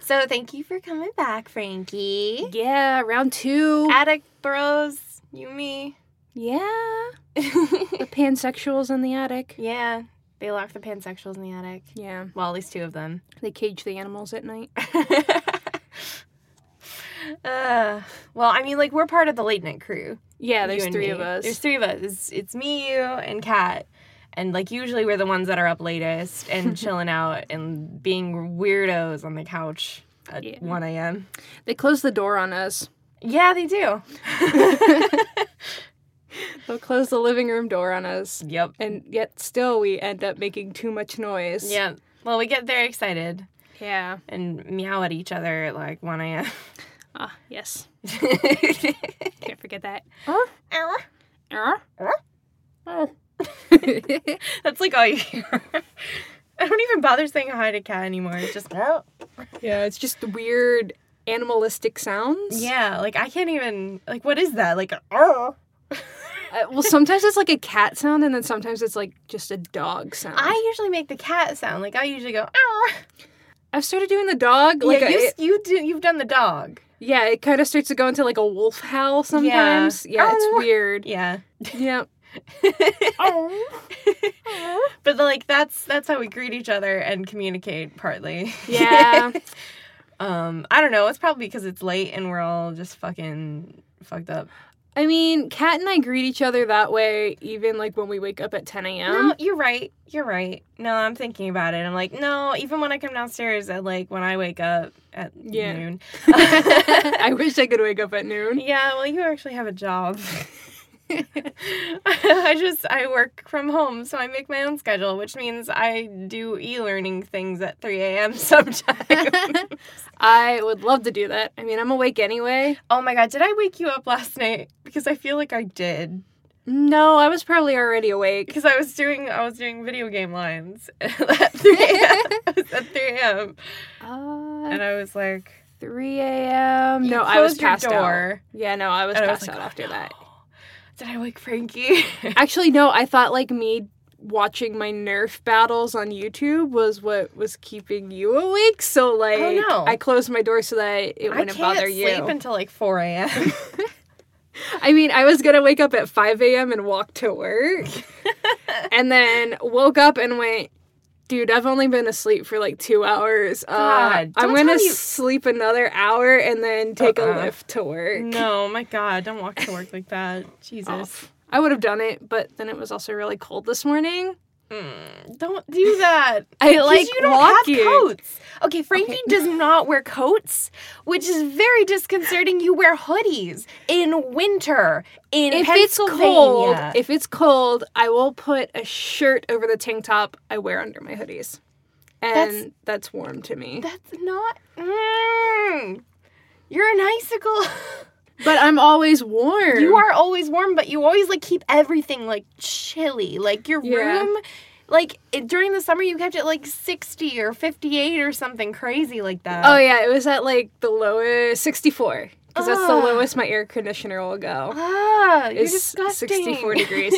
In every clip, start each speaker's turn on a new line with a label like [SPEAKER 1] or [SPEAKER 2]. [SPEAKER 1] So thank you for coming back, Frankie.
[SPEAKER 2] Yeah, round two.
[SPEAKER 1] Attic bros, you me.
[SPEAKER 2] yeah. The pansexuals in the attic.
[SPEAKER 1] yeah, they lock the pansexuals in the attic.
[SPEAKER 2] Yeah.
[SPEAKER 1] Well, at least two of them.
[SPEAKER 2] They cage the animals at night.
[SPEAKER 1] uh, well, I mean, like we're part of the late night crew.
[SPEAKER 2] Yeah, there's
[SPEAKER 1] you and
[SPEAKER 2] three
[SPEAKER 1] me.
[SPEAKER 2] of us.
[SPEAKER 1] There's three of us. It's, it's me, you, and Kat. And like usually we're the ones that are up latest and chilling out and being weirdos on the couch at
[SPEAKER 2] Yeah.
[SPEAKER 1] 1 a.m.
[SPEAKER 2] They close the door on us.
[SPEAKER 1] Yeah, they do.
[SPEAKER 2] They'll close the living room door on us.
[SPEAKER 1] yep.
[SPEAKER 2] And yet still we end up making too much noise.
[SPEAKER 1] Yeah. Well, we get very excited
[SPEAKER 2] Yeah.
[SPEAKER 1] and meow at each other at like 1 a.m.
[SPEAKER 2] Ah, yes. Can't forget that. Oh. Oh. Oh.
[SPEAKER 1] That's like all you hear. I don't even bother saying hi to Kat anymore. It's just,
[SPEAKER 2] yeah, it's just weird animalistic sounds.
[SPEAKER 1] yeah, like I can't even, like, what is that? Like, oh.
[SPEAKER 2] Uh, well, sometimes it's like a cat sound, and then sometimes it's like just a dog sound.
[SPEAKER 1] I usually make the cat sound. Like, I usually go, oh.
[SPEAKER 2] I've started doing the dog. Like
[SPEAKER 1] yeah,
[SPEAKER 2] I-
[SPEAKER 1] you, s- you do, you've done the dog.
[SPEAKER 2] yeah, it kind of starts to go into like a wolf howl sometimes. Yeah,
[SPEAKER 1] Ow.
[SPEAKER 2] it's weird.
[SPEAKER 1] Yeah.
[SPEAKER 2] Yeah.
[SPEAKER 1] Oh. But like that's that's how we greet each other and communicate partly.
[SPEAKER 2] Yeah.
[SPEAKER 1] um I don't know, it's probably because it's late and we're all just fucking fucked up.
[SPEAKER 2] I mean, Kat and I greet each other that way, even like when we wake up at 10 a.m.
[SPEAKER 1] no, you're right. You're right. No, I'm thinking about it. I'm like, no, even when I come downstairs at like when I wake up at
[SPEAKER 2] Yeah.
[SPEAKER 1] noon.
[SPEAKER 2] I wish I could wake up at noon.
[SPEAKER 1] yeah, well you actually have a job. I just I work from home, so I make my own schedule, which means I do e-learning things at 3 a.m. sometimes.
[SPEAKER 2] I would love to do that. I mean, I'm awake anyway.
[SPEAKER 1] oh my god, did I wake you up last night? Because I feel like I did.
[SPEAKER 2] No, I was probably already awake.
[SPEAKER 1] Because I was doing I was doing video game lines at 3 a.m. I was at 3 a.m.
[SPEAKER 2] Uh,
[SPEAKER 1] and I was like,
[SPEAKER 2] 3 a.m.
[SPEAKER 1] You
[SPEAKER 2] No, I was
[SPEAKER 1] closed your
[SPEAKER 2] passed
[SPEAKER 1] door.
[SPEAKER 2] out. Yeah, no, I was
[SPEAKER 1] And I was
[SPEAKER 2] passed
[SPEAKER 1] like, "Oh,
[SPEAKER 2] out after that.
[SPEAKER 1] did I wake Frankie?
[SPEAKER 2] Actually, no, I thought like me watching my Nerf battles on YouTube was what was keeping you awake. So like,
[SPEAKER 1] Oh, no.
[SPEAKER 2] I closed my door so that it
[SPEAKER 1] I
[SPEAKER 2] wouldn't
[SPEAKER 1] can't
[SPEAKER 2] bother
[SPEAKER 1] sleep
[SPEAKER 2] you.
[SPEAKER 1] until like 4 a.m.
[SPEAKER 2] I mean, I was gonna wake up at 5 a.m. and walk to work, and then woke up and went, "Dude, I've only been asleep for like two hours.
[SPEAKER 1] God,
[SPEAKER 2] uh, I'm
[SPEAKER 1] don't
[SPEAKER 2] gonna
[SPEAKER 1] tell me you-
[SPEAKER 2] sleep another hour and then take
[SPEAKER 1] Uh-uh.
[SPEAKER 2] a lift to work."
[SPEAKER 1] no, my god, don't walk to work like that. Jesus.
[SPEAKER 2] I would have done it, but then it was also really cold this morning.
[SPEAKER 1] Mm, don't do that.
[SPEAKER 2] I
[SPEAKER 1] 'Cause
[SPEAKER 2] like
[SPEAKER 1] you don't
[SPEAKER 2] walking.
[SPEAKER 1] have coats. Okay, Frankie does not wear coats, which is very disconcerting. You wear hoodies in winter in
[SPEAKER 2] If it's cold,
[SPEAKER 1] Pennsylvania.
[SPEAKER 2] if it's cold, I will put a shirt over the tank top I wear under my hoodies, and
[SPEAKER 1] That's-
[SPEAKER 2] that's, warm to me.
[SPEAKER 1] That's not. Mm, you're an icicle.
[SPEAKER 2] but I'm always warm.
[SPEAKER 1] you are always warm, but you always like keep everything like chilly. Like your
[SPEAKER 2] Yeah.
[SPEAKER 1] room, like it, during the summer, you kept it like 60 or 58 or something crazy like that.
[SPEAKER 2] Oh yeah, it was at like the lowest 64 because that's the
[SPEAKER 1] Ah.
[SPEAKER 2] lowest my air conditioner will go.
[SPEAKER 1] Ah, you're
[SPEAKER 2] It's
[SPEAKER 1] disgusting.
[SPEAKER 2] 64 degrees.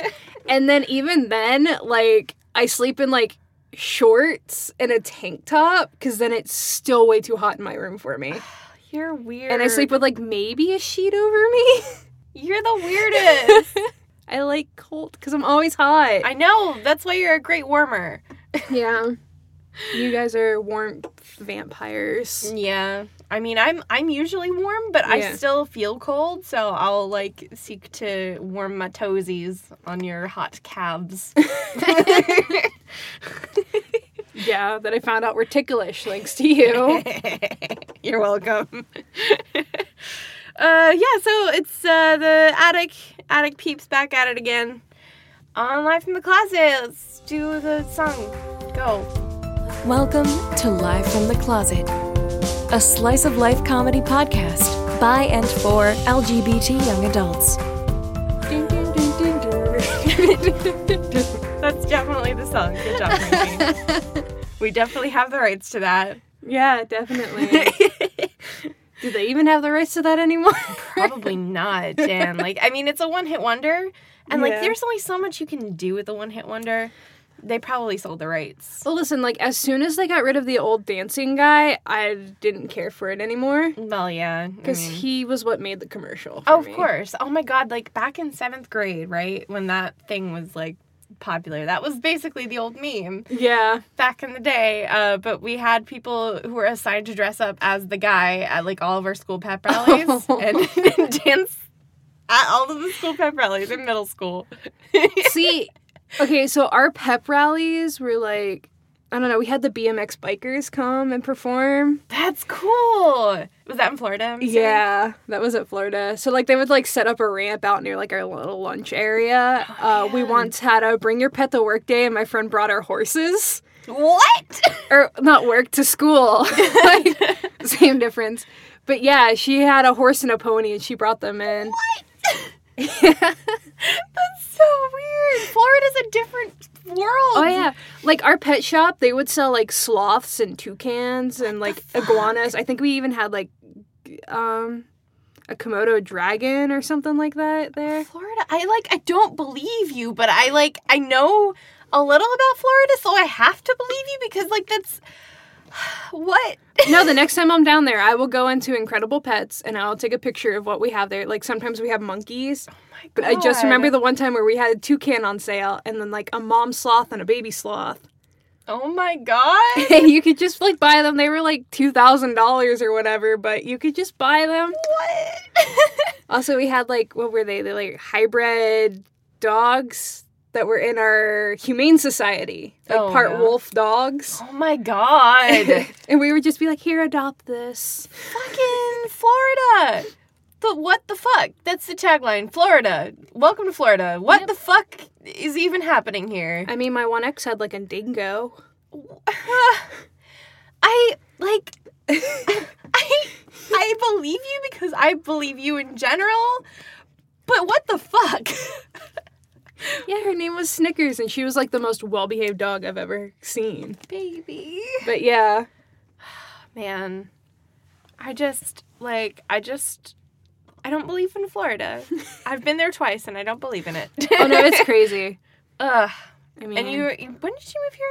[SPEAKER 2] and then even then, like I sleep in like shorts and a tank top because then it's still way too hot in my room for me.
[SPEAKER 1] You're weird.
[SPEAKER 2] And I sleep with like maybe a sheet over me.
[SPEAKER 1] You're the weirdest.
[SPEAKER 2] I like cold because I'm always hot.
[SPEAKER 1] I know. That's why you're a great warmer.
[SPEAKER 2] yeah. You guys are warmth vampires.
[SPEAKER 1] Yeah. I mean, I'm I'm usually warm, but I
[SPEAKER 2] Yeah.
[SPEAKER 1] still feel cold, so I'll like seek to warm my toesies on your hot calves.
[SPEAKER 2] Yeah, that I found out were ticklish thanks to you.
[SPEAKER 1] you're welcome. uh, yeah. So it's uh, the attic attic peeps back at it again on Life in the Closet. Let's do the song. Go.
[SPEAKER 3] Welcome to Live from the Closet, a slice of life comedy podcast by and for LGBT young adults.
[SPEAKER 1] That's definitely the song. Good job, Frankie. we definitely have the rights to that.
[SPEAKER 2] Yeah, definitely. Do they even have the rights to that anymore?
[SPEAKER 1] Probably not, Dan. Like, I mean, it's a one hit wonder. And, like,
[SPEAKER 2] Yeah.
[SPEAKER 1] there's only so much you can do with a one hit wonder. they probably sold the rights.
[SPEAKER 2] Well, listen, like as soon as they got rid of the old dancing guy, I didn't care for it anymore
[SPEAKER 1] Well, yeah,
[SPEAKER 2] because
[SPEAKER 1] I mean-
[SPEAKER 2] he was what made the commercial. for
[SPEAKER 1] Oh, of
[SPEAKER 2] me.
[SPEAKER 1] course. Oh my god, like back in seventh grade, right? When that thing was like popular. That was basically the old meme
[SPEAKER 2] Yeah.
[SPEAKER 1] back in the day. Uh, but we had people who were assigned to dress up as the guy at like all of our school pep rallies and, dance at all of the school pep rallies in middle school.
[SPEAKER 2] See, okay, so our pep rallies were like, I don't know, we had the BMX bikers come and perform.
[SPEAKER 1] That's cool. Was that in Florida? I'm assuming?
[SPEAKER 2] Yeah, that was at Florida. So like they would like set up a ramp out near like our little lunch area. uh, we once had a bring your pet to work day, and my friend brought our horses,
[SPEAKER 1] What?
[SPEAKER 2] or not work to school, like same difference. But yeah, she had a horse and a pony, and she brought them in.
[SPEAKER 1] That's so weird. Florida's a different world.
[SPEAKER 2] Oh yeah, like our pet shop, they would sell like sloths and toucans and like iguanas. I think we even had like um a komodo dragon or something like that there.
[SPEAKER 1] Florida. I like I don't believe you, but I like I know a little about Florida, so I have to believe you because like that's what
[SPEAKER 2] No, the next time I'm down there, I will go into Incredible Pets and I'll take a picture of what we have there. Like sometimes we have monkeys,
[SPEAKER 1] Oh my
[SPEAKER 2] but I just remember
[SPEAKER 1] God.
[SPEAKER 2] the one time where we had a toucan on sale and then like a mom sloth and a baby sloth.
[SPEAKER 1] Oh my god.
[SPEAKER 2] you could just like buy them. They were like two thousand dollars or whatever, but you could just buy them.
[SPEAKER 1] what?
[SPEAKER 2] Also, we had like what were they? They like hybrid dogs that were in our humane society, like
[SPEAKER 1] Oh,
[SPEAKER 2] part
[SPEAKER 1] yeah.
[SPEAKER 2] wolf dogs.
[SPEAKER 1] oh my god.
[SPEAKER 2] and we would just be like, "Here, adopt this."
[SPEAKER 1] Fucking Florida. But what the fuck? That's the tagline. Florida. Welcome to Florida. What the fuck is even happening here?
[SPEAKER 2] I mean, my one ex had like a dingo.
[SPEAKER 1] I like I I believe you because I believe you in general. But what the fuck?
[SPEAKER 2] Yeah, her name was Snickers, and she was like the most well-behaved dog I've ever seen.
[SPEAKER 1] Baby.
[SPEAKER 2] But yeah,
[SPEAKER 1] Man. I just like I just I don't believe in Florida. I've been there twice and I don't believe in it.
[SPEAKER 2] oh no, it's crazy.
[SPEAKER 1] Ugh.
[SPEAKER 2] I mean,
[SPEAKER 1] And you when did you move here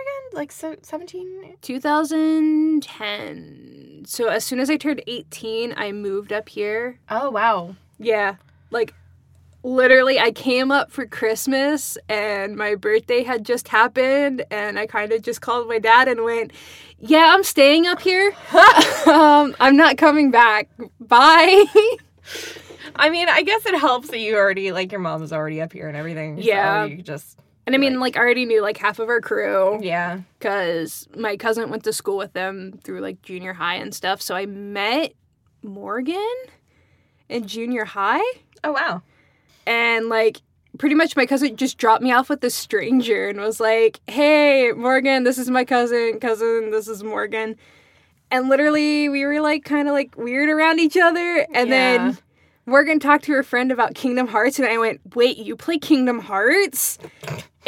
[SPEAKER 1] again? Like so, 17?
[SPEAKER 2] 2010. So as soon as I turned 18, I moved up here.
[SPEAKER 1] Oh wow.
[SPEAKER 2] Yeah, like literally, I came up for Christmas, and my birthday had just happened, and I kind of just called my dad and went, "Yeah, I'm staying up here. um, I'm not coming back. Bye."
[SPEAKER 1] I mean, I guess it helps that you already like your mom's already up here and everything.
[SPEAKER 2] Yeah.
[SPEAKER 1] So you just
[SPEAKER 2] And I mean, like, I already knew like half of our crew
[SPEAKER 1] yeah.
[SPEAKER 2] because my cousin went to school with them through like junior high and stuff. So I met Morgan in junior high,
[SPEAKER 1] Oh wow.
[SPEAKER 2] and like, pretty much my cousin just dropped me off with this stranger and was like, "Hey, Morgan, this is my cousin. Cousin, this is Morgan." And literally, we were like kind of like weird around each other, and
[SPEAKER 1] Yeah.
[SPEAKER 2] then. Morgan talked to her friend about Kingdom Hearts, and I went, "Wait, you play Kingdom Hearts?"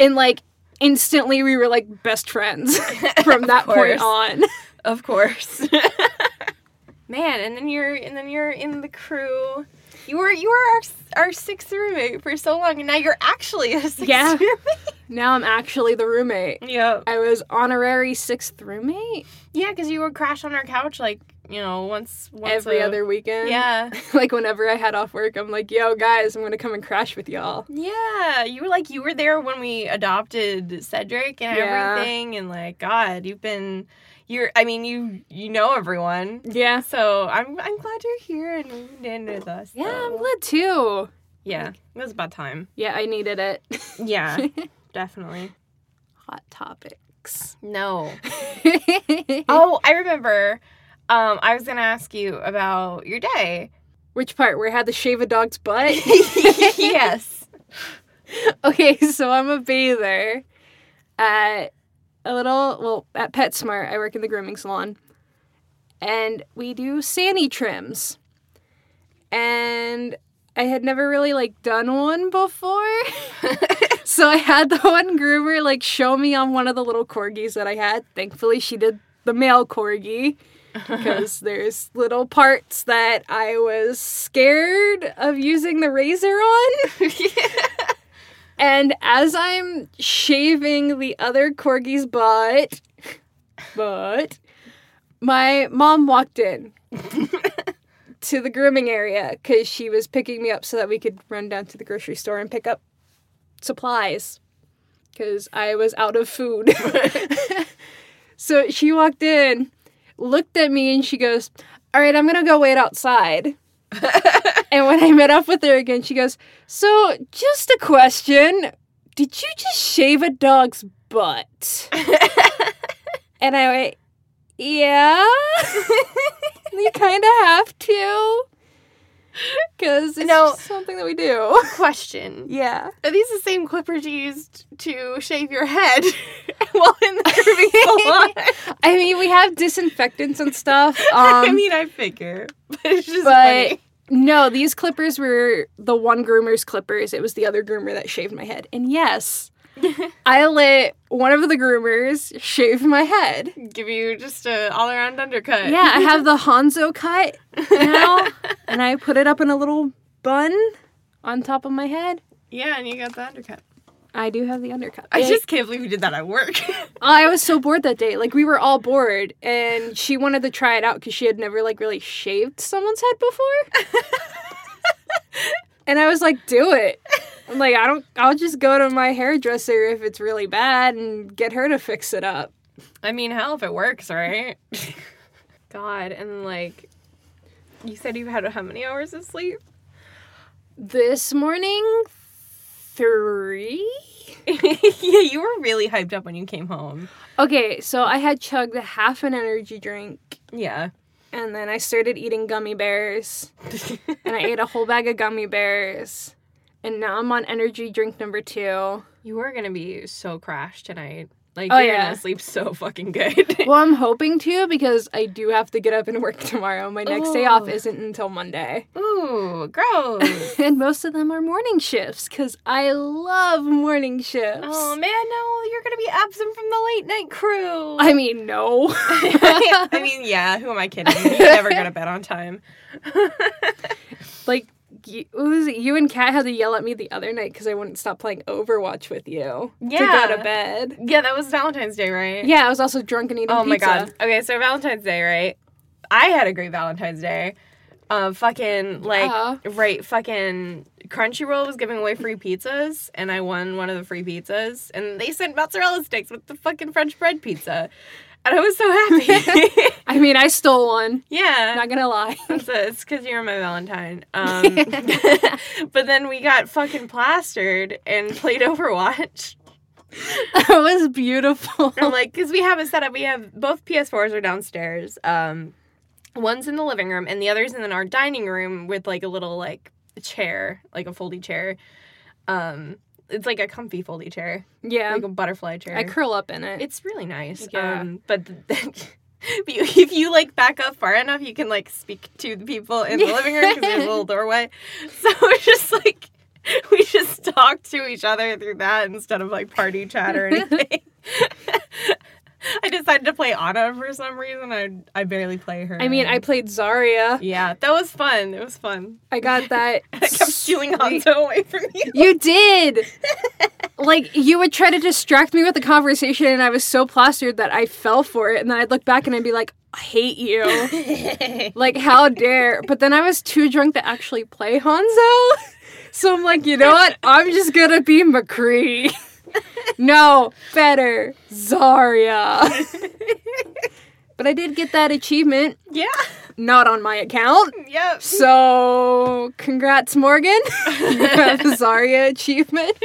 [SPEAKER 2] And like instantly, we were like best friends from that
[SPEAKER 1] course.
[SPEAKER 2] point on.
[SPEAKER 1] Of course. Man, and then you're and then you're in the crew. You were you were our s- our sixth roommate for so long, and now you're actually a sixth
[SPEAKER 2] Yeah.
[SPEAKER 1] roommate.
[SPEAKER 2] Now I'm actually the roommate.
[SPEAKER 1] Yeah,
[SPEAKER 2] I was honorary sixth roommate
[SPEAKER 1] yeah, because you would crash on our couch like you know once once
[SPEAKER 2] every
[SPEAKER 1] a-
[SPEAKER 2] other weekend.
[SPEAKER 1] Yeah,
[SPEAKER 2] like whenever I had off work, I'm like, "Yo, guys, I'm gonna come and crash with y'all."
[SPEAKER 1] yeah. You were like you were there when we adopted Cedric and
[SPEAKER 2] Yeah.
[SPEAKER 1] everything, and like God, you've been you're. I mean, you you know everyone.
[SPEAKER 2] Yeah.
[SPEAKER 1] So I'm I'm glad you're here and moved in with us.
[SPEAKER 2] Yeah, I'm
[SPEAKER 1] so-
[SPEAKER 2] glad too.
[SPEAKER 1] yeah. It was about time.
[SPEAKER 2] Yeah, I needed it.
[SPEAKER 1] Yeah, definitely.
[SPEAKER 2] Hot topics.
[SPEAKER 1] No.
[SPEAKER 2] oh.
[SPEAKER 1] Oh, I remember. Um, I was gonna ask you about your day.
[SPEAKER 2] Which part? Where I had to shave a dog's butt?
[SPEAKER 1] yes.
[SPEAKER 2] okay, so I'm a bather at a little, well, at PetSmart. I work in the grooming salon. And we do Sani trims. And I had never really like done one before. so I had the one groomer like show me on one of the little corgis that I had. Thankfully, she did the male corgi because there's little parts that I was scared of using the razor on. And as I'm shaving the other corgi's butt, butt, my mom walked in to the grooming area because she was picking me up so that we could run down to the grocery store and pick up supplies because I was out of food. so she walked in, looked at me, and she goes, All right, I'm going to go wait outside. and when I met up with her again, she goes, So, just a question. Did you just shave a dog's butt? and I went, Yeah. you kind of have to. Because it's
[SPEAKER 1] No.
[SPEAKER 2] just something that we do.
[SPEAKER 1] Question.
[SPEAKER 2] Yeah.
[SPEAKER 1] Are these the same clippers you used to shave your head while in the grooming salon?
[SPEAKER 2] I mean, we have disinfectants and stuff. Um,
[SPEAKER 1] I mean, I figure, but it's just
[SPEAKER 2] but-
[SPEAKER 1] funny.
[SPEAKER 2] no, these clippers were the one groomer's clippers. It was the other groomer that shaved my head. And yes, I let one of the groomers shave my head.
[SPEAKER 1] Give you just a all-around undercut.
[SPEAKER 2] Yeah, I have the Hanzo cut now, and I put it up in a little bun on top of my head.
[SPEAKER 1] yeah, and you got the undercut.
[SPEAKER 2] I do have the undercut.
[SPEAKER 1] I
[SPEAKER 2] Yeah.
[SPEAKER 1] just can't believe you did that at work.
[SPEAKER 2] I was so bored that day. Like we were all bored, and she wanted to try it out because she had never like really shaved someone's head before. and I was like, "Do it!" I'm like, "I don't. I'll just go to my hairdresser if it's really bad and get her to fix it up."
[SPEAKER 1] I mean, hell, if it works, right? God, and like, you said you've had how many hours of sleep?
[SPEAKER 2] This morning, three.
[SPEAKER 1] yeah, you were really hyped up when you came home.
[SPEAKER 2] Okay, so I had chugged a half an energy drink,
[SPEAKER 1] Yeah.
[SPEAKER 2] and then I started eating gummy bears, and I ate a whole bag of gummy bears, and now I'm on energy drink number two.
[SPEAKER 1] you were gonna be so crashed tonight. Like,
[SPEAKER 2] Oh,
[SPEAKER 1] you're
[SPEAKER 2] yeah.
[SPEAKER 1] gonna sleep so fucking good.
[SPEAKER 2] Well, I'm hoping to because I do have to get up and work tomorrow. My next day off
[SPEAKER 1] Ooh.
[SPEAKER 2] isn't until Monday.
[SPEAKER 1] Ooh, gross.
[SPEAKER 2] and most of them are morning shifts because I love morning shifts.
[SPEAKER 1] Oh man, no, you're gonna be absent from the late night crew.
[SPEAKER 2] I mean, no.
[SPEAKER 1] I mean, yeah, who am I kidding? You never go to bed on time.
[SPEAKER 2] like, you, what was it? you and Kat had to yell at me the other night because I wouldn't stop playing Overwatch with you to go
[SPEAKER 1] Yeah.
[SPEAKER 2] to bed.
[SPEAKER 1] Yeah, that was Valentine's Day, right?
[SPEAKER 2] Yeah, I was also drunk and eating
[SPEAKER 1] Oh my
[SPEAKER 2] pizza.
[SPEAKER 1] god. Okay, so Valentine's Day, right? I had a great Valentine's Day. Uh, fucking like
[SPEAKER 2] Yeah.
[SPEAKER 1] right, fucking Crunchyroll was giving away free pizzas, and I won one of the free pizzas, and they sent mozzarella sticks with the fucking French bread pizza, and I was so happy.
[SPEAKER 2] I mean, I stole one.
[SPEAKER 1] yeah,
[SPEAKER 2] Not gonna lie.
[SPEAKER 1] That's it. It's because you're my Valentine. Um, but then we got fucking plastered and played Overwatch.
[SPEAKER 2] that was beautiful.
[SPEAKER 1] I'm like, because we have it set up. We have both PS4s are downstairs. Um, one's in the living room and the other's in our dining room with like a little like chair, like a foldy chair. Um, it's like a comfy foldy chair,
[SPEAKER 2] Yeah,
[SPEAKER 1] like a butterfly chair.
[SPEAKER 2] I curl up in it.
[SPEAKER 1] It's really nice.
[SPEAKER 2] Yeah.
[SPEAKER 1] Um, but th- but you, if you like back up far enough, you can like speak to the people in the living room because there's a little doorway. So it's just like we just talk to each other through that instead of like party chat or anything. I decided to play Anna for some reason. I I barely play her.
[SPEAKER 2] I mean, I played Zarya.
[SPEAKER 1] yeah, that was fun. It was fun.
[SPEAKER 2] I got that.
[SPEAKER 1] I kept stealing
[SPEAKER 2] sweet-
[SPEAKER 1] Hanzo away from you.
[SPEAKER 2] You did. like you would try to distract me with a conversation, and I was so plastered that I fell for it. And then I'd look back and I'd be like, "I hate you." like, how dare? But then I was too drunk to actually play Hanzo, so I'm like, you know what? I'm just gonna be McCree. no, better Zarya. but I did get that achievement,
[SPEAKER 1] yeah.
[SPEAKER 2] not on my account.
[SPEAKER 1] Yep.
[SPEAKER 2] So, congrats, Morgan. You have a Zarya achievement.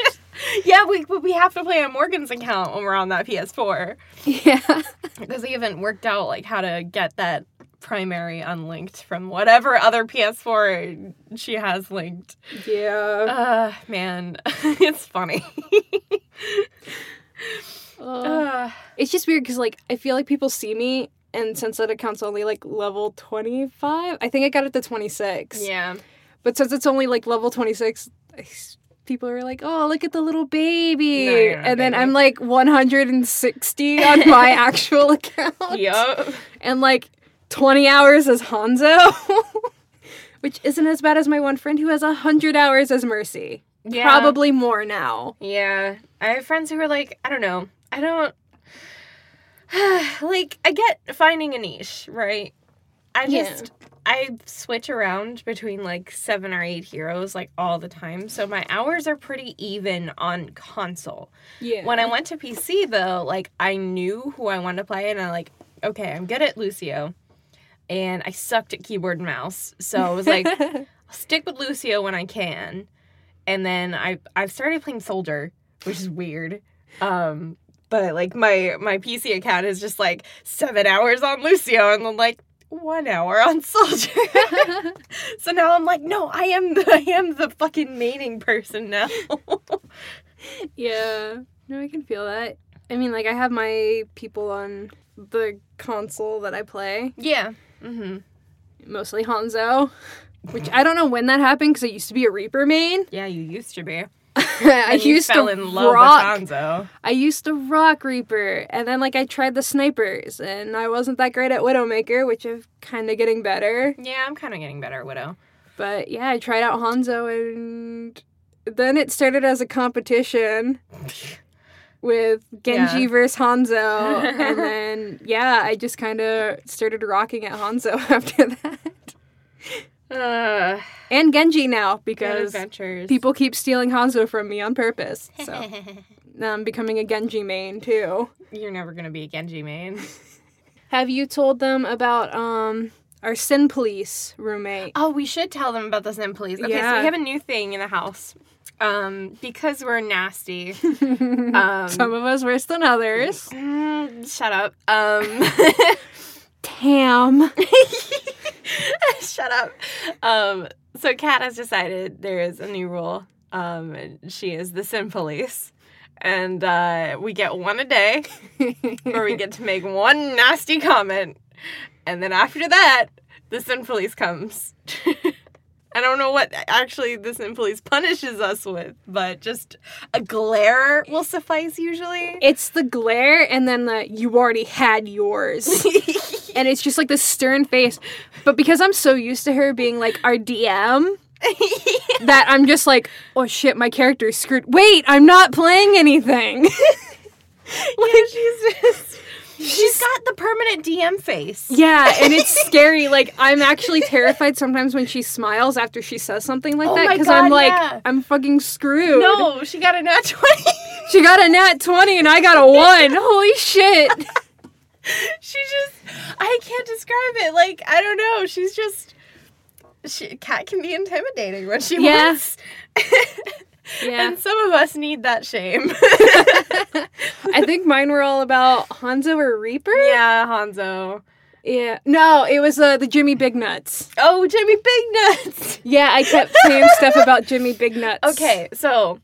[SPEAKER 1] Yeah, we but we have to play on Morgan's account when we're on that PS4
[SPEAKER 2] Yeah.
[SPEAKER 1] because they haven't worked out like how to get that primary unlinked from whatever other PS4 she has linked.
[SPEAKER 2] Yeah.
[SPEAKER 1] Uh man, it's funny. Uh,
[SPEAKER 2] it's just weird because, like, I feel like people see me, and since that account's only, like, level 25, I think I got it to 26.
[SPEAKER 1] yeah.
[SPEAKER 2] But since it's only, like, level 26, I s- people are like, oh, look at the little baby.
[SPEAKER 1] No, you're not
[SPEAKER 2] and then
[SPEAKER 1] baby.
[SPEAKER 2] I'm, like, 160 on my actual account.
[SPEAKER 1] Yup.
[SPEAKER 2] and like 20 hours as Hanzo, which isn't as bad as my one friend who has 100 hours as Mercy.
[SPEAKER 1] Yeah.
[SPEAKER 2] Probably more now.
[SPEAKER 1] Yeah. I have friends who are like, I don't know. I don't like I get finding a niche, right? I
[SPEAKER 2] Yeah.
[SPEAKER 1] just I switch around between like 7 or 8 heroes like all the time, so my hours are pretty even on console.
[SPEAKER 2] Yeah.
[SPEAKER 1] When I went to PC though, like I knew who I wanted to play and I like, okay, I'm good at Lucio. And I sucked at keyboard and mouse. So I was like, I'll stick with Lucio when I can. And then I I've started playing Soldier, which is weird. Um but like my my PC account is just like 7 hours on Lucio and then like 1 hour on Soldier. so now I'm like, no, I am the, I am the fucking maining person now.
[SPEAKER 2] yeah. No, I can feel that. I mean, like I have my people on the console that I play,
[SPEAKER 1] yeah. Mhm.
[SPEAKER 2] mostly Hanzo, which I don't know when that happened because I used to be a Reaper main.
[SPEAKER 1] Yeah, you used to be.
[SPEAKER 2] I
[SPEAKER 1] And you
[SPEAKER 2] used
[SPEAKER 1] fell
[SPEAKER 2] to
[SPEAKER 1] in love
[SPEAKER 2] rock.
[SPEAKER 1] with Hanzo.
[SPEAKER 2] I used to rock Reaper, and then like I tried the snipers, and I wasn't that great at Widowmaker, which I'm kind of getting better.
[SPEAKER 1] Yeah, I'm kind of getting better, Widow.
[SPEAKER 2] But yeah, I tried out Hanzo, and then it started as a competition with Genji
[SPEAKER 1] Yeah.
[SPEAKER 2] versus Hanzo, and then yeah, I just kind of started rocking at Hanzo after that,
[SPEAKER 1] Uh,
[SPEAKER 2] and Genji now
[SPEAKER 1] good
[SPEAKER 2] because
[SPEAKER 1] adventures.
[SPEAKER 2] people keep stealing Hanzo from me on purpose. So now I'm becoming a Genji main too.
[SPEAKER 1] You're never gonna be a Genji main.
[SPEAKER 2] Have you told them about um our sin police roommate?
[SPEAKER 1] Oh, we should tell them about the Zen police. Okay, so
[SPEAKER 2] Yeah.
[SPEAKER 1] we have a new thing in the house. Um, because we're nasty. um,
[SPEAKER 2] Some of us worse than others.
[SPEAKER 1] mm, shut up. Um,
[SPEAKER 2] Tam.
[SPEAKER 1] shut up. Um, so Kat has decided there is a new rule. Um, and she is the Sim police. And uh, we get one a day. where we get to make one nasty comment, and then after that, the sin police comes. I don't know what actually the sin police punishes us with, but just a glare will suffice usually.
[SPEAKER 2] it's the glare and then the you already had yours. and it's just like the stern face. But because I'm so used to her being like our DM that I'm just like, oh shit, my character's screwed. Wait, I'm not playing anything.
[SPEAKER 1] Yeah, she's just. She's got the permanent DM face.
[SPEAKER 2] yeah, and it's scary. Like I'm actually terrified sometimes when she smiles after she says something like
[SPEAKER 1] Oh
[SPEAKER 2] that
[SPEAKER 1] my
[SPEAKER 2] because I'm
[SPEAKER 1] God,
[SPEAKER 2] like,
[SPEAKER 1] yeah.
[SPEAKER 2] I'm fucking screwed.
[SPEAKER 1] No, she got a nat 20.
[SPEAKER 2] She got a nat 20 and I got a 1. Holy shit.
[SPEAKER 1] she just. I can't describe it. Like, I don't know. She's just. She, Kat can be intimidating when she
[SPEAKER 2] Yeah.
[SPEAKER 1] wants.
[SPEAKER 2] Yeah.
[SPEAKER 1] And some of us need that shame.
[SPEAKER 2] I think mine were all about Hanzo or Reaper.
[SPEAKER 1] yeah, Hanzo.
[SPEAKER 2] Yeah. No, it was uh, the Jimmy Big Nuts.
[SPEAKER 1] Oh, Jimmy Big Nuts.
[SPEAKER 2] Yeah, I kept saying stuff about Jimmy Big Nuts.
[SPEAKER 1] Okay, so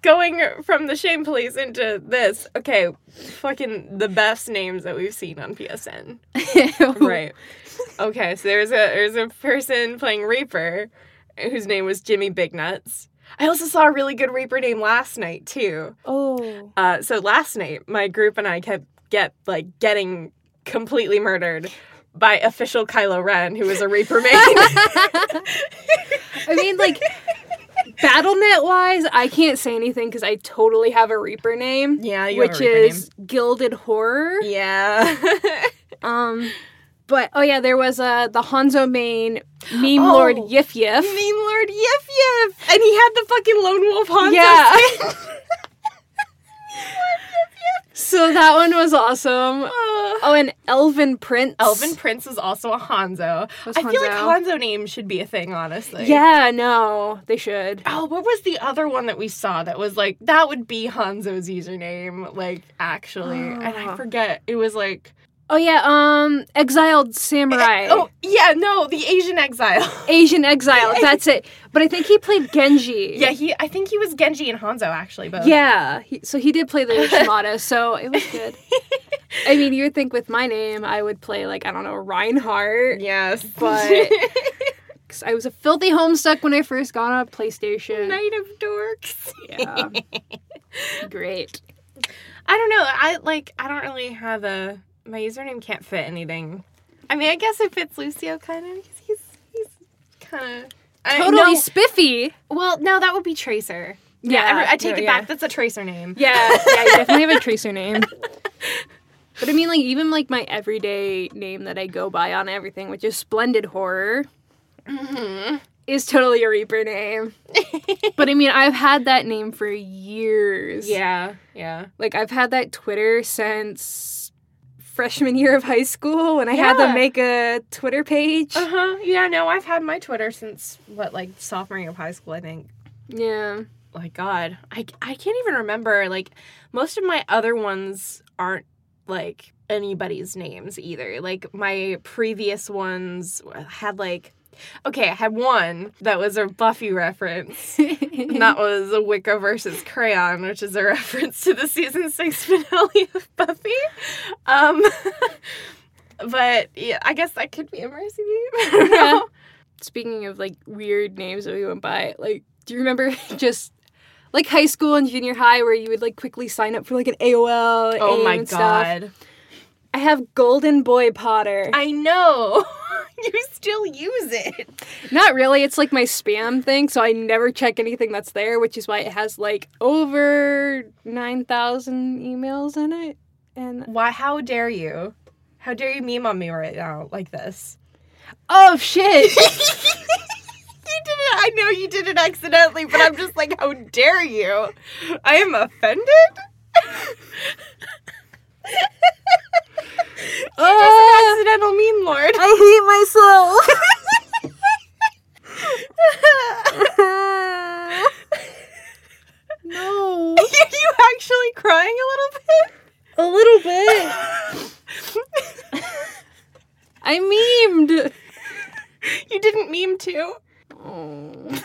[SPEAKER 1] going from the shame police into this, okay, fucking the best names that we've seen on PSN. Right. okay, so there's a there's a person playing Reaper whose name was Jimmy Big Nuts. I also saw a really good Reaper name last night too.
[SPEAKER 2] Oh.
[SPEAKER 1] Uh, so last night, my group and I kept get like getting completely murdered by official Kylo Ren, who is a Reaper main.
[SPEAKER 2] I mean, like, BattleNet wise, I can't say anything because I totally have a Reaper name.
[SPEAKER 1] Yeah, you have a
[SPEAKER 2] which
[SPEAKER 1] Reaper
[SPEAKER 2] is Gilded Horror.
[SPEAKER 1] yeah.
[SPEAKER 2] Um, but oh yeah, there was uh the Hanzo main meme lord
[SPEAKER 1] Oh.
[SPEAKER 2] Yif Yif.
[SPEAKER 1] Meme Lord Yif Yif, and he had the fucking lone wolf Hanzo.
[SPEAKER 2] Yeah.
[SPEAKER 1] skin.
[SPEAKER 2] So that one was awesome.
[SPEAKER 1] Oh.
[SPEAKER 2] Oh, and Elven Prince.
[SPEAKER 1] Elven Prince was also a Hanzo.
[SPEAKER 2] Was
[SPEAKER 1] I feel like
[SPEAKER 2] Hanzo.
[SPEAKER 1] Hanzo names should be a thing, honestly.
[SPEAKER 2] Yeah, no, they should.
[SPEAKER 1] Oh, what was the other one that we saw that was like that would be Hanzo's username, like actually, and I
[SPEAKER 2] Oh.
[SPEAKER 1] forget. It was like
[SPEAKER 2] Oh yeah, um, exiled samurai.
[SPEAKER 1] Oh yeah, no, the Asian exile.
[SPEAKER 2] Asian exile. That's it. But I think he played Genji.
[SPEAKER 1] Yeah, he. I think he was Genji and Hanzo actually, but
[SPEAKER 2] Yeah. He, so he did play the Shimada, so it was good. I mean, you would think with my name, I would play like I don't know
[SPEAKER 1] Mm.
[SPEAKER 2] Reinhardt.
[SPEAKER 1] yes,
[SPEAKER 2] But- 'cause I was a filthy homestuck when I first got on a PlayStation.
[SPEAKER 1] Knight of Dorks.
[SPEAKER 2] Yeah. Great.
[SPEAKER 1] I don't know. I like. I don't really have a. My username can't fit anything. I mean, I guess it fits Lucio kind of because he's he's kind of I-
[SPEAKER 2] Totally
[SPEAKER 1] Uh, no.
[SPEAKER 2] spiffy.
[SPEAKER 1] Well, no, that would be Tracer.
[SPEAKER 2] Yeah,
[SPEAKER 1] every- I take
[SPEAKER 2] no,
[SPEAKER 1] it
[SPEAKER 2] yeah.
[SPEAKER 1] back. That's a Tracer name.
[SPEAKER 2] Yeah, yeah, you definitely have a tracer name. But I mean, like even like my everyday name that I go by on everything, which is Splendid Horror,
[SPEAKER 1] Mm-hmm.
[SPEAKER 2] is totally a Reaper name. but I mean, I've had that name for years.
[SPEAKER 1] Yeah. Yeah.
[SPEAKER 2] like I've had that Twitter since freshman year of high school when I had
[SPEAKER 1] Yeah.
[SPEAKER 2] to make a Twitter page.
[SPEAKER 1] Uh huh. Yeah. No, I've had my Twitter since what, like sophomore year of high school, I think.
[SPEAKER 2] Yeah,
[SPEAKER 1] my god I, I can't even remember like most of my other ones aren't like anybody's names either like my previous ones had like okay i had one that was a buffy reference and that was a wicca versus crayon which is a reference to the season six finale of buffy um but yeah i guess that could be embarrassing i don't know
[SPEAKER 2] Yeah. Speaking of like weird names that we went by, like do you remember just like high school and junior high where you would like quickly sign up for like an AOL?
[SPEAKER 1] oh
[SPEAKER 2] AIM
[SPEAKER 1] my
[SPEAKER 2] and stuff?
[SPEAKER 1] god
[SPEAKER 2] I have Golden Boy Potter.
[SPEAKER 1] i know you still use it
[SPEAKER 2] Not really. It's like my spam thing, so I never check anything that's there, which is why it has like over 9,000 emails in it. And
[SPEAKER 1] Why? How dare you? How dare you meme on me right now like this?
[SPEAKER 2] oh shit.
[SPEAKER 1] you did it. I know you did it accidentally, but I'm just like, how dare you? I am offended.
[SPEAKER 2] oh,
[SPEAKER 1] Accidental meme lord.
[SPEAKER 2] I hate myself. no.
[SPEAKER 1] Are you actually crying a little
[SPEAKER 2] A little bit.
[SPEAKER 1] bit?
[SPEAKER 2] I memed.
[SPEAKER 1] you didn't meme too.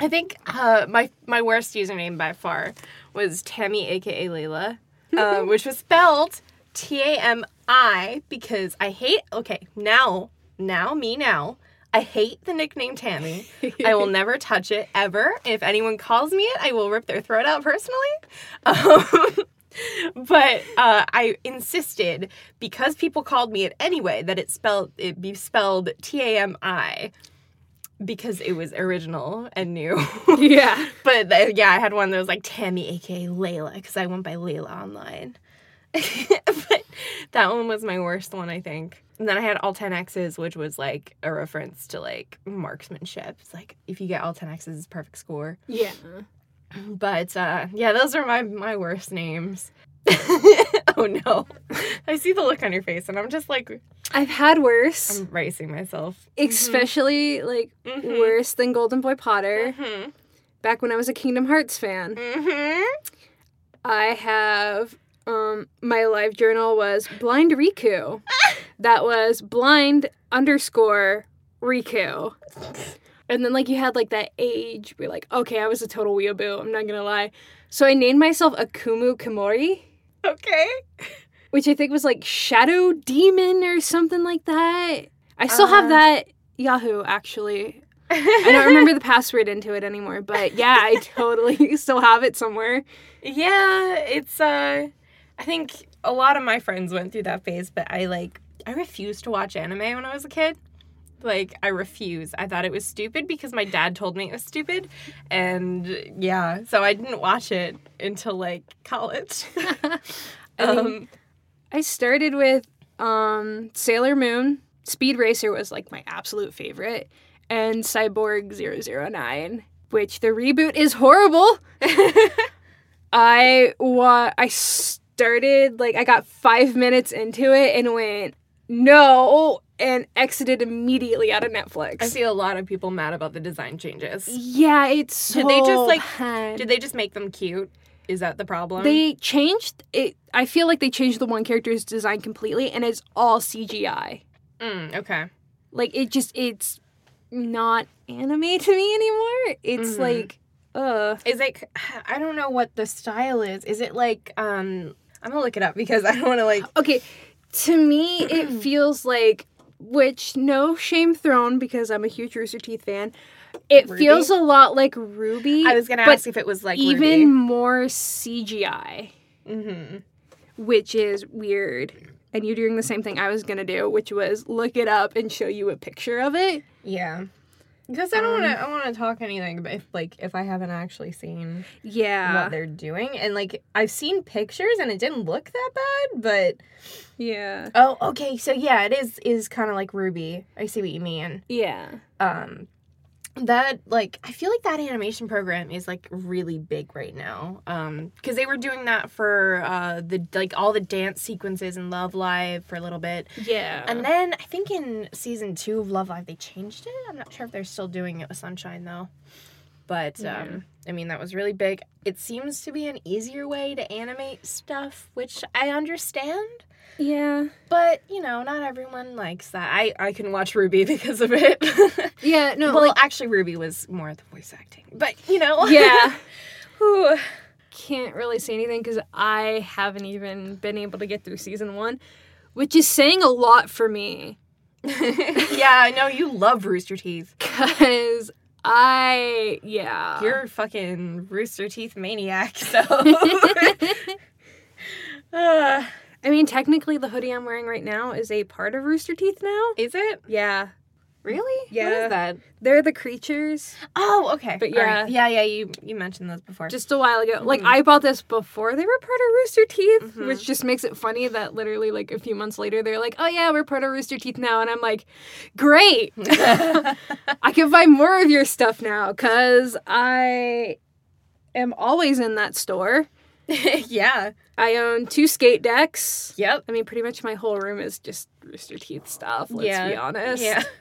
[SPEAKER 1] I think uh, my my worst username by far was Tammy, aka Layla, uh, which was spelled T A M I because I hate. Okay, now now me now. I hate the nickname Tammy. I will never touch it ever. If anyone calls me it, I will rip their throat out personally. Um, but uh, I insisted because people called me it anyway that it spelled it be spelled T A M I because it was original and new.
[SPEAKER 2] Yeah.
[SPEAKER 1] but uh, yeah, I had one that was like Tammy, aka Layla, because I went by Layla online. but that one was my worst one, I think. And then I had all 10 X's, which was like a reference to like marksmanship. It's like if you get all 10 X's, it's perfect score.
[SPEAKER 2] Yeah.
[SPEAKER 1] But uh, yeah, those are my my worst names. oh no, I see the look on your face, and I'm just like
[SPEAKER 2] I've had worse,
[SPEAKER 1] I'm bracing myself.
[SPEAKER 2] especially like
[SPEAKER 1] Mhm.
[SPEAKER 2] worse than Golden Boy Potter
[SPEAKER 1] Mhm.
[SPEAKER 2] back when I was a Kingdom Hearts fan.
[SPEAKER 1] Mhm.
[SPEAKER 2] I have um my live journal was blind Riku. that was blind underscore Riku. And then like you had like that age where like, okay, I was a total weeaboo, I'm not gonna lie. So I named myself Akumu Kamori,
[SPEAKER 1] Okay.
[SPEAKER 2] which I think was like Shadow Demon or something like that. I still have
[SPEAKER 1] Uh.
[SPEAKER 2] that Yahoo actually. I don't remember the password into it anymore, but yeah, I totally still have it somewhere.
[SPEAKER 1] Yeah, it's uh I think a lot of my friends went through that phase, but I like I refused to watch anime when I was a kid. Like I refuse. I thought it was stupid because my dad told me it was stupid and yeah, so I didn't watch it until like college.
[SPEAKER 2] I mean,
[SPEAKER 1] um
[SPEAKER 2] I started with um, Sailor Moon. Speed Racer was like my absolute favorite. And Cyborg 009, which the reboot is horrible. I wa- I started, like, I got five minutes into it and went, no, and exited immediately out of Netflix.
[SPEAKER 1] I see a lot of people mad about the design changes.
[SPEAKER 2] Yeah, it's so
[SPEAKER 1] Did they just, like,
[SPEAKER 2] bad.
[SPEAKER 1] Did they just make them cute? Is that the problem?
[SPEAKER 2] They changed it. I feel like they changed the one character's design completely, and it's all CGI.
[SPEAKER 1] mm, okay.
[SPEAKER 2] Like it just it's not anime to me anymore. It's
[SPEAKER 1] Mhm.
[SPEAKER 2] like uh
[SPEAKER 1] Is it? I don't know what the style is. Is it like? um I'm gonna look it up because I don't want to like.
[SPEAKER 2] okay. To me it feels like which no shame thrown because I'm a huge Rooster Teeth fan. It
[SPEAKER 1] Ruby?
[SPEAKER 2] feels a lot like Ruby.
[SPEAKER 1] I was gonna
[SPEAKER 2] but
[SPEAKER 1] ask if it was like
[SPEAKER 2] even more CGI,
[SPEAKER 1] Mm-hmm.
[SPEAKER 2] which is weird. and you doing the same thing I was gonna do, which was look it up and show you a picture of it.
[SPEAKER 1] Yeah. Because I don't want to. I want to talk anything, but if like if I haven't actually seen
[SPEAKER 2] Yeah.
[SPEAKER 1] what they're doing, and like I've seen pictures, and it didn't look that bad, but
[SPEAKER 2] Yeah.
[SPEAKER 1] oh, okay, so yeah, it is is kind of like Ruby. I see what you mean.
[SPEAKER 2] Yeah.
[SPEAKER 1] Um, that like I feel like that animation program is like really big right now. Um, because they were doing that for uh the like all the dance sequences in Love Live for a little bit,
[SPEAKER 2] Yeah.
[SPEAKER 1] and then I think in season two of Love Live they changed it. I'm not sure if they're still doing it with Sunshine though. But um, I mean that was really big. It seems to be an easier way to animate stuff, which I understand.
[SPEAKER 2] yeah.
[SPEAKER 1] But you know, not everyone likes that. I I can watch Ruby because of it.
[SPEAKER 2] Yeah. No.
[SPEAKER 1] well,
[SPEAKER 2] like,
[SPEAKER 1] actually, Ruby was more the voice acting. But you know,
[SPEAKER 2] yeah.
[SPEAKER 1] Ooh.
[SPEAKER 2] Can't really say anything because I haven't even been able to get through season one, which is saying a lot for me.
[SPEAKER 1] yeah, I know you love Rooster Teeth.
[SPEAKER 2] Cause I yeah.
[SPEAKER 1] You're a fucking Rooster Teeth maniac. So Uh,
[SPEAKER 2] I mean, technically, the hoodie I'm wearing right now is a part of Rooster Teeth now.
[SPEAKER 1] is it
[SPEAKER 2] Yeah,
[SPEAKER 1] really? What
[SPEAKER 2] Yeah.
[SPEAKER 1] is that?
[SPEAKER 2] they're the creatures.
[SPEAKER 1] Oh, okay.
[SPEAKER 2] But
[SPEAKER 1] All
[SPEAKER 2] yeah.
[SPEAKER 1] right. yeah, yeah. You you mentioned those before.
[SPEAKER 2] Just a while ago, like
[SPEAKER 1] Mm-hmm.
[SPEAKER 2] I bought this before they were part of Rooster Teeth, which just makes it funny that literally, like a few months later, they're like, "Oh yeah, we're part of Rooster Teeth now," and I'm like, "Great, I can buy more of your stuff now," cause I am always in that store.
[SPEAKER 1] yeah.
[SPEAKER 2] I own two skate decks.
[SPEAKER 1] Yep.
[SPEAKER 2] I mean, pretty much my whole room is just Rooster Teeth stuff. Let's
[SPEAKER 1] Yeah.
[SPEAKER 2] be honest.
[SPEAKER 1] Yeah.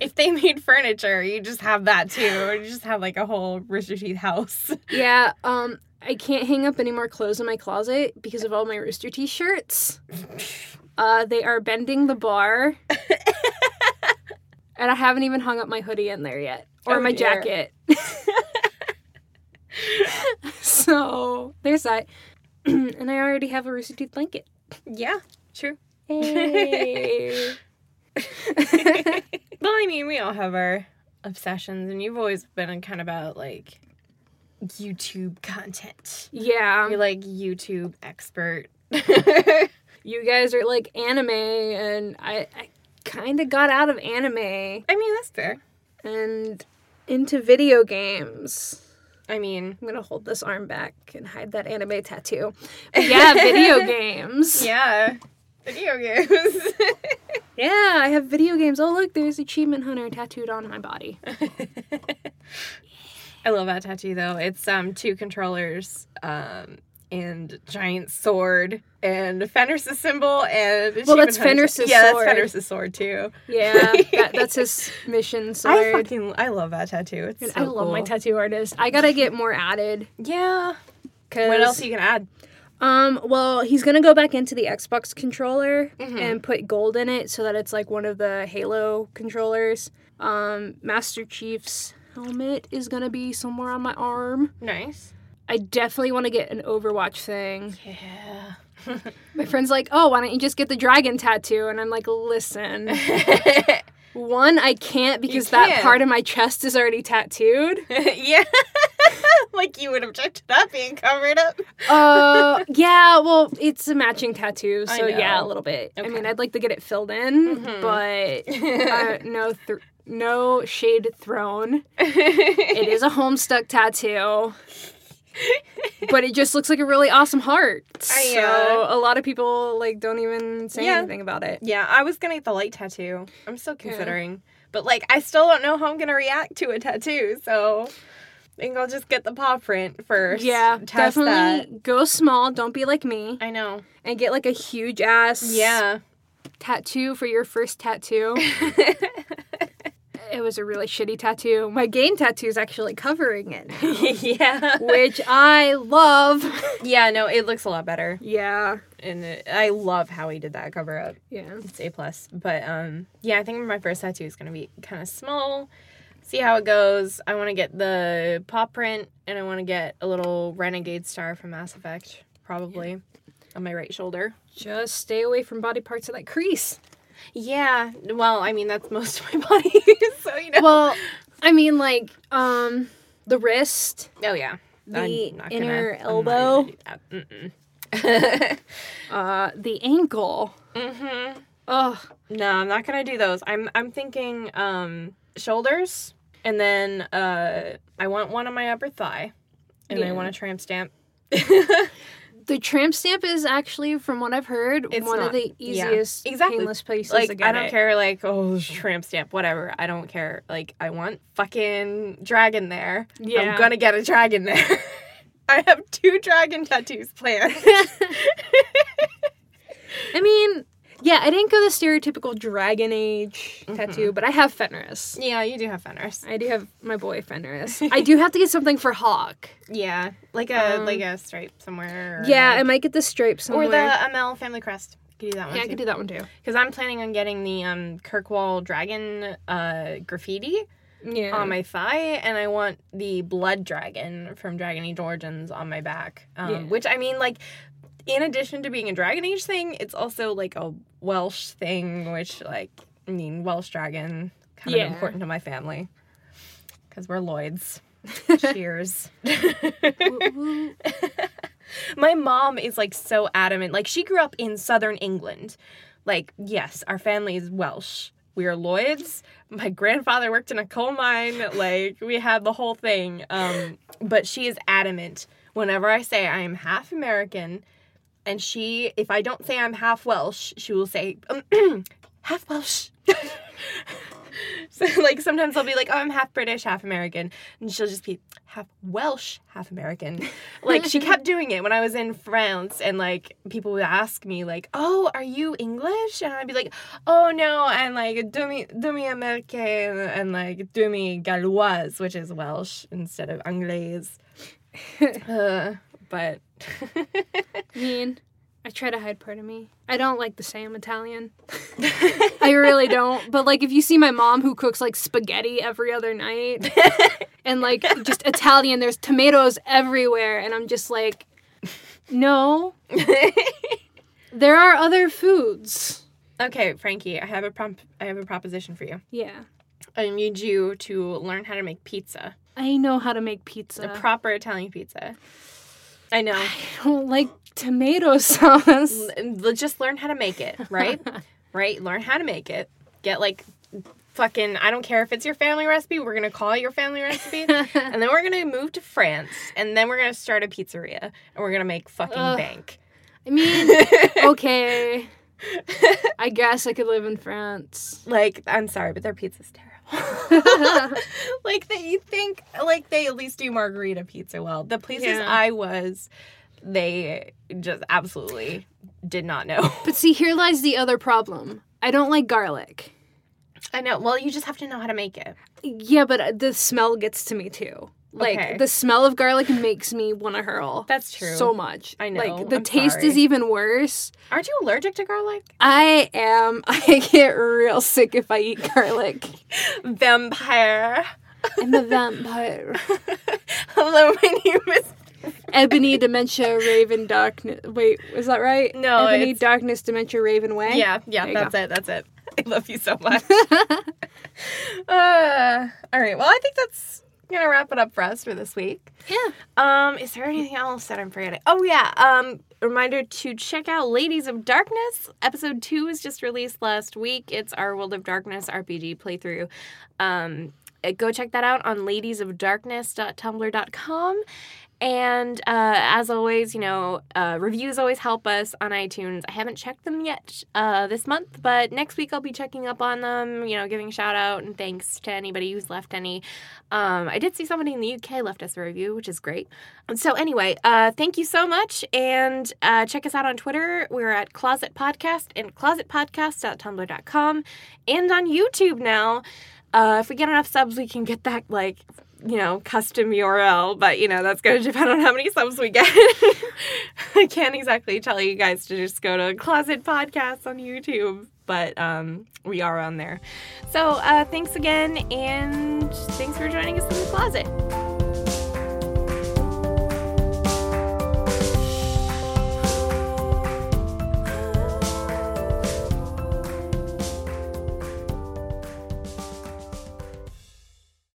[SPEAKER 1] If they made furniture, you just have that too. You just have like a whole Rooster Teeth house.
[SPEAKER 2] Yeah, um, I can't hang up any more clothes in my closet because of all my Rooster Teeth shirts. Uh, they are bending the bar. and I haven't even hung up my hoodie in there yet or
[SPEAKER 1] Oh,
[SPEAKER 2] my
[SPEAKER 1] dear.
[SPEAKER 2] jacket. so there's that. and I already have a Rooster Teeth blanket.
[SPEAKER 1] Yeah. True.
[SPEAKER 2] Hey.
[SPEAKER 1] well, I mean, we all have our obsessions, and you've always been kind of about like YouTube content.
[SPEAKER 2] yeah.
[SPEAKER 1] You're like YouTube expert.
[SPEAKER 2] You guys are like anime, and I, I kind of got out of anime.
[SPEAKER 1] I mean, that's fair.
[SPEAKER 2] and into video games.
[SPEAKER 1] I mean,
[SPEAKER 2] I'm gonna hold this arm back and hide that anime tattoo. But yeah, video games.
[SPEAKER 1] yeah, video games.
[SPEAKER 2] Yeah, I have video games. Oh look, there's Achievement Hunter tattooed on my body.
[SPEAKER 1] I love that tattoo though. It's um two controllers, um, and giant sword, and Fenris's symbol, and
[SPEAKER 2] Well, that's
[SPEAKER 1] Shaman Hunter's-
[SPEAKER 2] Fenris's
[SPEAKER 1] yeah,
[SPEAKER 2] sword.
[SPEAKER 1] that's Fenris's sword too.
[SPEAKER 2] Yeah, that, that's his mission
[SPEAKER 1] I
[SPEAKER 2] sword. I,
[SPEAKER 1] fucking I love that tattoo. It's so
[SPEAKER 2] love
[SPEAKER 1] cool.
[SPEAKER 2] my tattoo artist. I gotta get more added.
[SPEAKER 1] Yeah.
[SPEAKER 2] Cause
[SPEAKER 1] What else you can add?
[SPEAKER 2] Um, well, he's gonna go back into the Xbox controller and put gold in it so that it's like one of the Halo controllers. Um, Master Chief's helmet is gonna be somewhere on my arm.
[SPEAKER 1] Nice.
[SPEAKER 2] I definitely want to get an Overwatch thing.
[SPEAKER 1] Yeah.
[SPEAKER 2] My friend's like, "Oh, why don't you just get the dragon tattoo?" And I'm like, "Listen, one, I can't because that
[SPEAKER 1] can't.
[SPEAKER 2] part of my chest is already tattooed.
[SPEAKER 1] yeah. like you would object to that being covered up.
[SPEAKER 2] Uh, yeah, well, it's a matching tattoo, so yeah, a
[SPEAKER 1] know.
[SPEAKER 2] little bit. I
[SPEAKER 1] Okay. Mm-hmm.
[SPEAKER 2] mean, I'd like to get it filled in, but uh, no, thr no shade thrown. It is a Homestuck tattoo, but it just looks like a really awesome heart.
[SPEAKER 1] I,
[SPEAKER 2] So
[SPEAKER 1] uh,
[SPEAKER 2] a lot of people like don't even say
[SPEAKER 1] Yeah.
[SPEAKER 2] anything about it.
[SPEAKER 1] yeah, I was gonna get the light tattoo. I'm still considering. But like I still don't know how I'm gonna react to a tattoo, so I think I'll just get the paw print first.
[SPEAKER 2] Yeah,
[SPEAKER 1] Test that.
[SPEAKER 2] definitely go small. Don't be like me
[SPEAKER 1] I know.
[SPEAKER 2] and get like a huge ass
[SPEAKER 1] Yeah.
[SPEAKER 2] tattoo for your first tattoo. it was a really shitty tattoo. My game tattoo is actually covering it, now,
[SPEAKER 1] yeah.
[SPEAKER 2] which I love.
[SPEAKER 1] Yeah, no, it looks a lot better.
[SPEAKER 2] Yeah.
[SPEAKER 1] And it, I love how he did that cover up.
[SPEAKER 2] Yeah.
[SPEAKER 1] It's A plus. But um yeah, I think my first tattoo is gonna be kinda small. See how it goes. I wanna get the paw print and I wanna get a little renegade star from Mass Effect, probably. On my right shoulder.
[SPEAKER 2] Just stay away from body parts of that crease.
[SPEAKER 1] Yeah. Well, I mean that's most of my body. so you know
[SPEAKER 2] Well, I mean like um the wrist.
[SPEAKER 1] Oh yeah.
[SPEAKER 2] The
[SPEAKER 1] I'm not
[SPEAKER 2] inner
[SPEAKER 1] I'm not gonna
[SPEAKER 2] elbow.
[SPEAKER 1] do that. Mm-mm.
[SPEAKER 2] Uh, the ankle.
[SPEAKER 1] mm-hmm.
[SPEAKER 2] Ugh.
[SPEAKER 1] No, I'm not gonna do those. I'm I'm thinking um shoulders and then uh I want one on my upper thigh. And I
[SPEAKER 2] Yeah.
[SPEAKER 1] want a tramp stamp.
[SPEAKER 2] The tramp stamp is actually, from what I've heard,
[SPEAKER 1] It's
[SPEAKER 2] one
[SPEAKER 1] not-
[SPEAKER 2] of the
[SPEAKER 1] yeah.
[SPEAKER 2] easiest
[SPEAKER 1] Exactly.
[SPEAKER 2] painless places to
[SPEAKER 1] like
[SPEAKER 2] get
[SPEAKER 1] I don't
[SPEAKER 2] it.
[SPEAKER 1] care like oh there's a tramp stamp, whatever. I don't care. Like I want fucking dragon there.
[SPEAKER 2] Yeah.
[SPEAKER 1] I'm gonna get a dragon there. I have two dragon tattoos planned.
[SPEAKER 2] I mean, yeah, I didn't go the stereotypical Dragon Age tattoo, but I have Fenris.
[SPEAKER 1] yeah, you do have Fenris.
[SPEAKER 2] I do have my boy Fenris. I do have to get something for Hawk.
[SPEAKER 1] Yeah. Like a
[SPEAKER 2] Um,
[SPEAKER 1] like a stripe somewhere. or
[SPEAKER 2] Yeah, I
[SPEAKER 1] like-
[SPEAKER 2] might get the stripe somewhere.
[SPEAKER 1] or the ML family crest. You could do that one.
[SPEAKER 2] yeah, I
[SPEAKER 1] too.
[SPEAKER 2] could do that one too.
[SPEAKER 1] because I'm planning on getting the um, Kirkwall dragon uh, graffiti
[SPEAKER 2] Yeah.
[SPEAKER 1] on my thigh, and I want the blood dragon from Dragon Age Origins on my back. Um,
[SPEAKER 2] Yeah.
[SPEAKER 1] Which I mean, like, in addition to being a Dragon Age thing, it's also like a Welsh thing, which like I mean, Welsh dragon kind
[SPEAKER 2] Yeah.
[SPEAKER 1] of important to my family because we're Lloyd's. Cheers. my mom is like so adamant. Like she grew up in southern England. Like, yes, our family is Welsh. We are Lloyds. My grandfather worked in a coal mine. Like, we had the whole thing. Um, but she is adamant whenever I say I am half American, and she, if I don't say I'm half Welsh, she will say, um, half Welsh. So, like sometimes I'll be like, oh, I'm half British, half American, and she'll just be half Welsh, half American. Like she kept doing it when I was in France, and like people would ask me like, oh, are you English? And I'd be like, oh no, and like demi demi American and like demi Galloise, which is Welsh instead of Anglaise. Uh, but
[SPEAKER 2] I mean, I try to hide part of me. I don't like to say I'm Italian. I really don't. But like, if you see my mom who cooks like spaghetti every other night, and like just Italian, there's tomatoes everywhere, and I'm just like, no. there are other foods.
[SPEAKER 1] okay, Frankie, I have a prompt. I have a proposition for you.
[SPEAKER 2] Yeah,
[SPEAKER 1] I need you to learn how to make pizza.
[SPEAKER 2] I know how to make pizza.
[SPEAKER 1] a proper Italian pizza. I know.
[SPEAKER 2] I don't like tomato sauce.
[SPEAKER 1] N- l- Just learn how to make it, right? right? Learn how to make it. Get like fucking, I don't care if it's your family recipe, we're gonna call it your family recipe. and then we're gonna move to France, and then we're gonna start a pizzeria, and we're gonna make fucking
[SPEAKER 2] Ugh.
[SPEAKER 1] bank.
[SPEAKER 2] I mean, okay. I guess I could live in France.
[SPEAKER 1] Like, I'm sorry, but their pizza's terrible. like, they think, like, they at least do margarita pizza well. The places
[SPEAKER 2] Yeah.
[SPEAKER 1] I was, they just absolutely did not know.
[SPEAKER 2] But see, here lies the other problem. I don't like garlic.
[SPEAKER 1] I know. Well, you just have to know how to make it.
[SPEAKER 2] Yeah, but uh, the smell gets to me too. Like
[SPEAKER 1] Okay.
[SPEAKER 2] the smell of garlic makes me want to hurl.
[SPEAKER 1] That's true.
[SPEAKER 2] So much.
[SPEAKER 1] I know.
[SPEAKER 2] Like the
[SPEAKER 1] I'm
[SPEAKER 2] taste is
[SPEAKER 1] sorry.
[SPEAKER 2] even worse.
[SPEAKER 1] Aren't you allergic to garlic?
[SPEAKER 2] I am. I get real sick if I eat garlic.
[SPEAKER 1] Vampire.
[SPEAKER 2] I'm a vampire.
[SPEAKER 1] Hello, my name is.
[SPEAKER 2] Ebony dementia raven darkness. Wait, is that right?
[SPEAKER 1] No,
[SPEAKER 2] Ebony
[SPEAKER 1] it's-
[SPEAKER 2] darkness dementia raven way.
[SPEAKER 1] Yeah, yeah,
[SPEAKER 2] There you
[SPEAKER 1] that's it. That's it. I love you so much. uh, all right. Well, I think that's gonna wrap it up for us for this week.
[SPEAKER 2] Yeah.
[SPEAKER 1] Um, is there anything else that I'm forgetting? Oh yeah. Um, reminder to check out Ladies of Darkness. Episode two was just released last week. It's our World of Darkness RPG playthrough. Um, uh, go check that out on ladiesofdarkness.tumblr.com. And uh, as always, you know, uh, reviews always help us on iTunes. I haven't checked them yet uh, this month, but next week I'll be checking up on them, you know, giving shout out and thanks to anybody who's left any. Um, I did see somebody in the UK left us a review, which is great. So, anyway, uh, thank you so much. And uh, check us out on Twitter. We're at Closet Podcast and closetpodcast.tumblr.com and on YouTube now. Uh, if we get enough subs, we can get that, like, you know, custom URL, but you know, that's going to depend on how many subs we get. I can't exactly tell you guys to just go to Closet Podcasts on YouTube, but um, we are on there. So uh, thanks again, and thanks for joining us in the closet.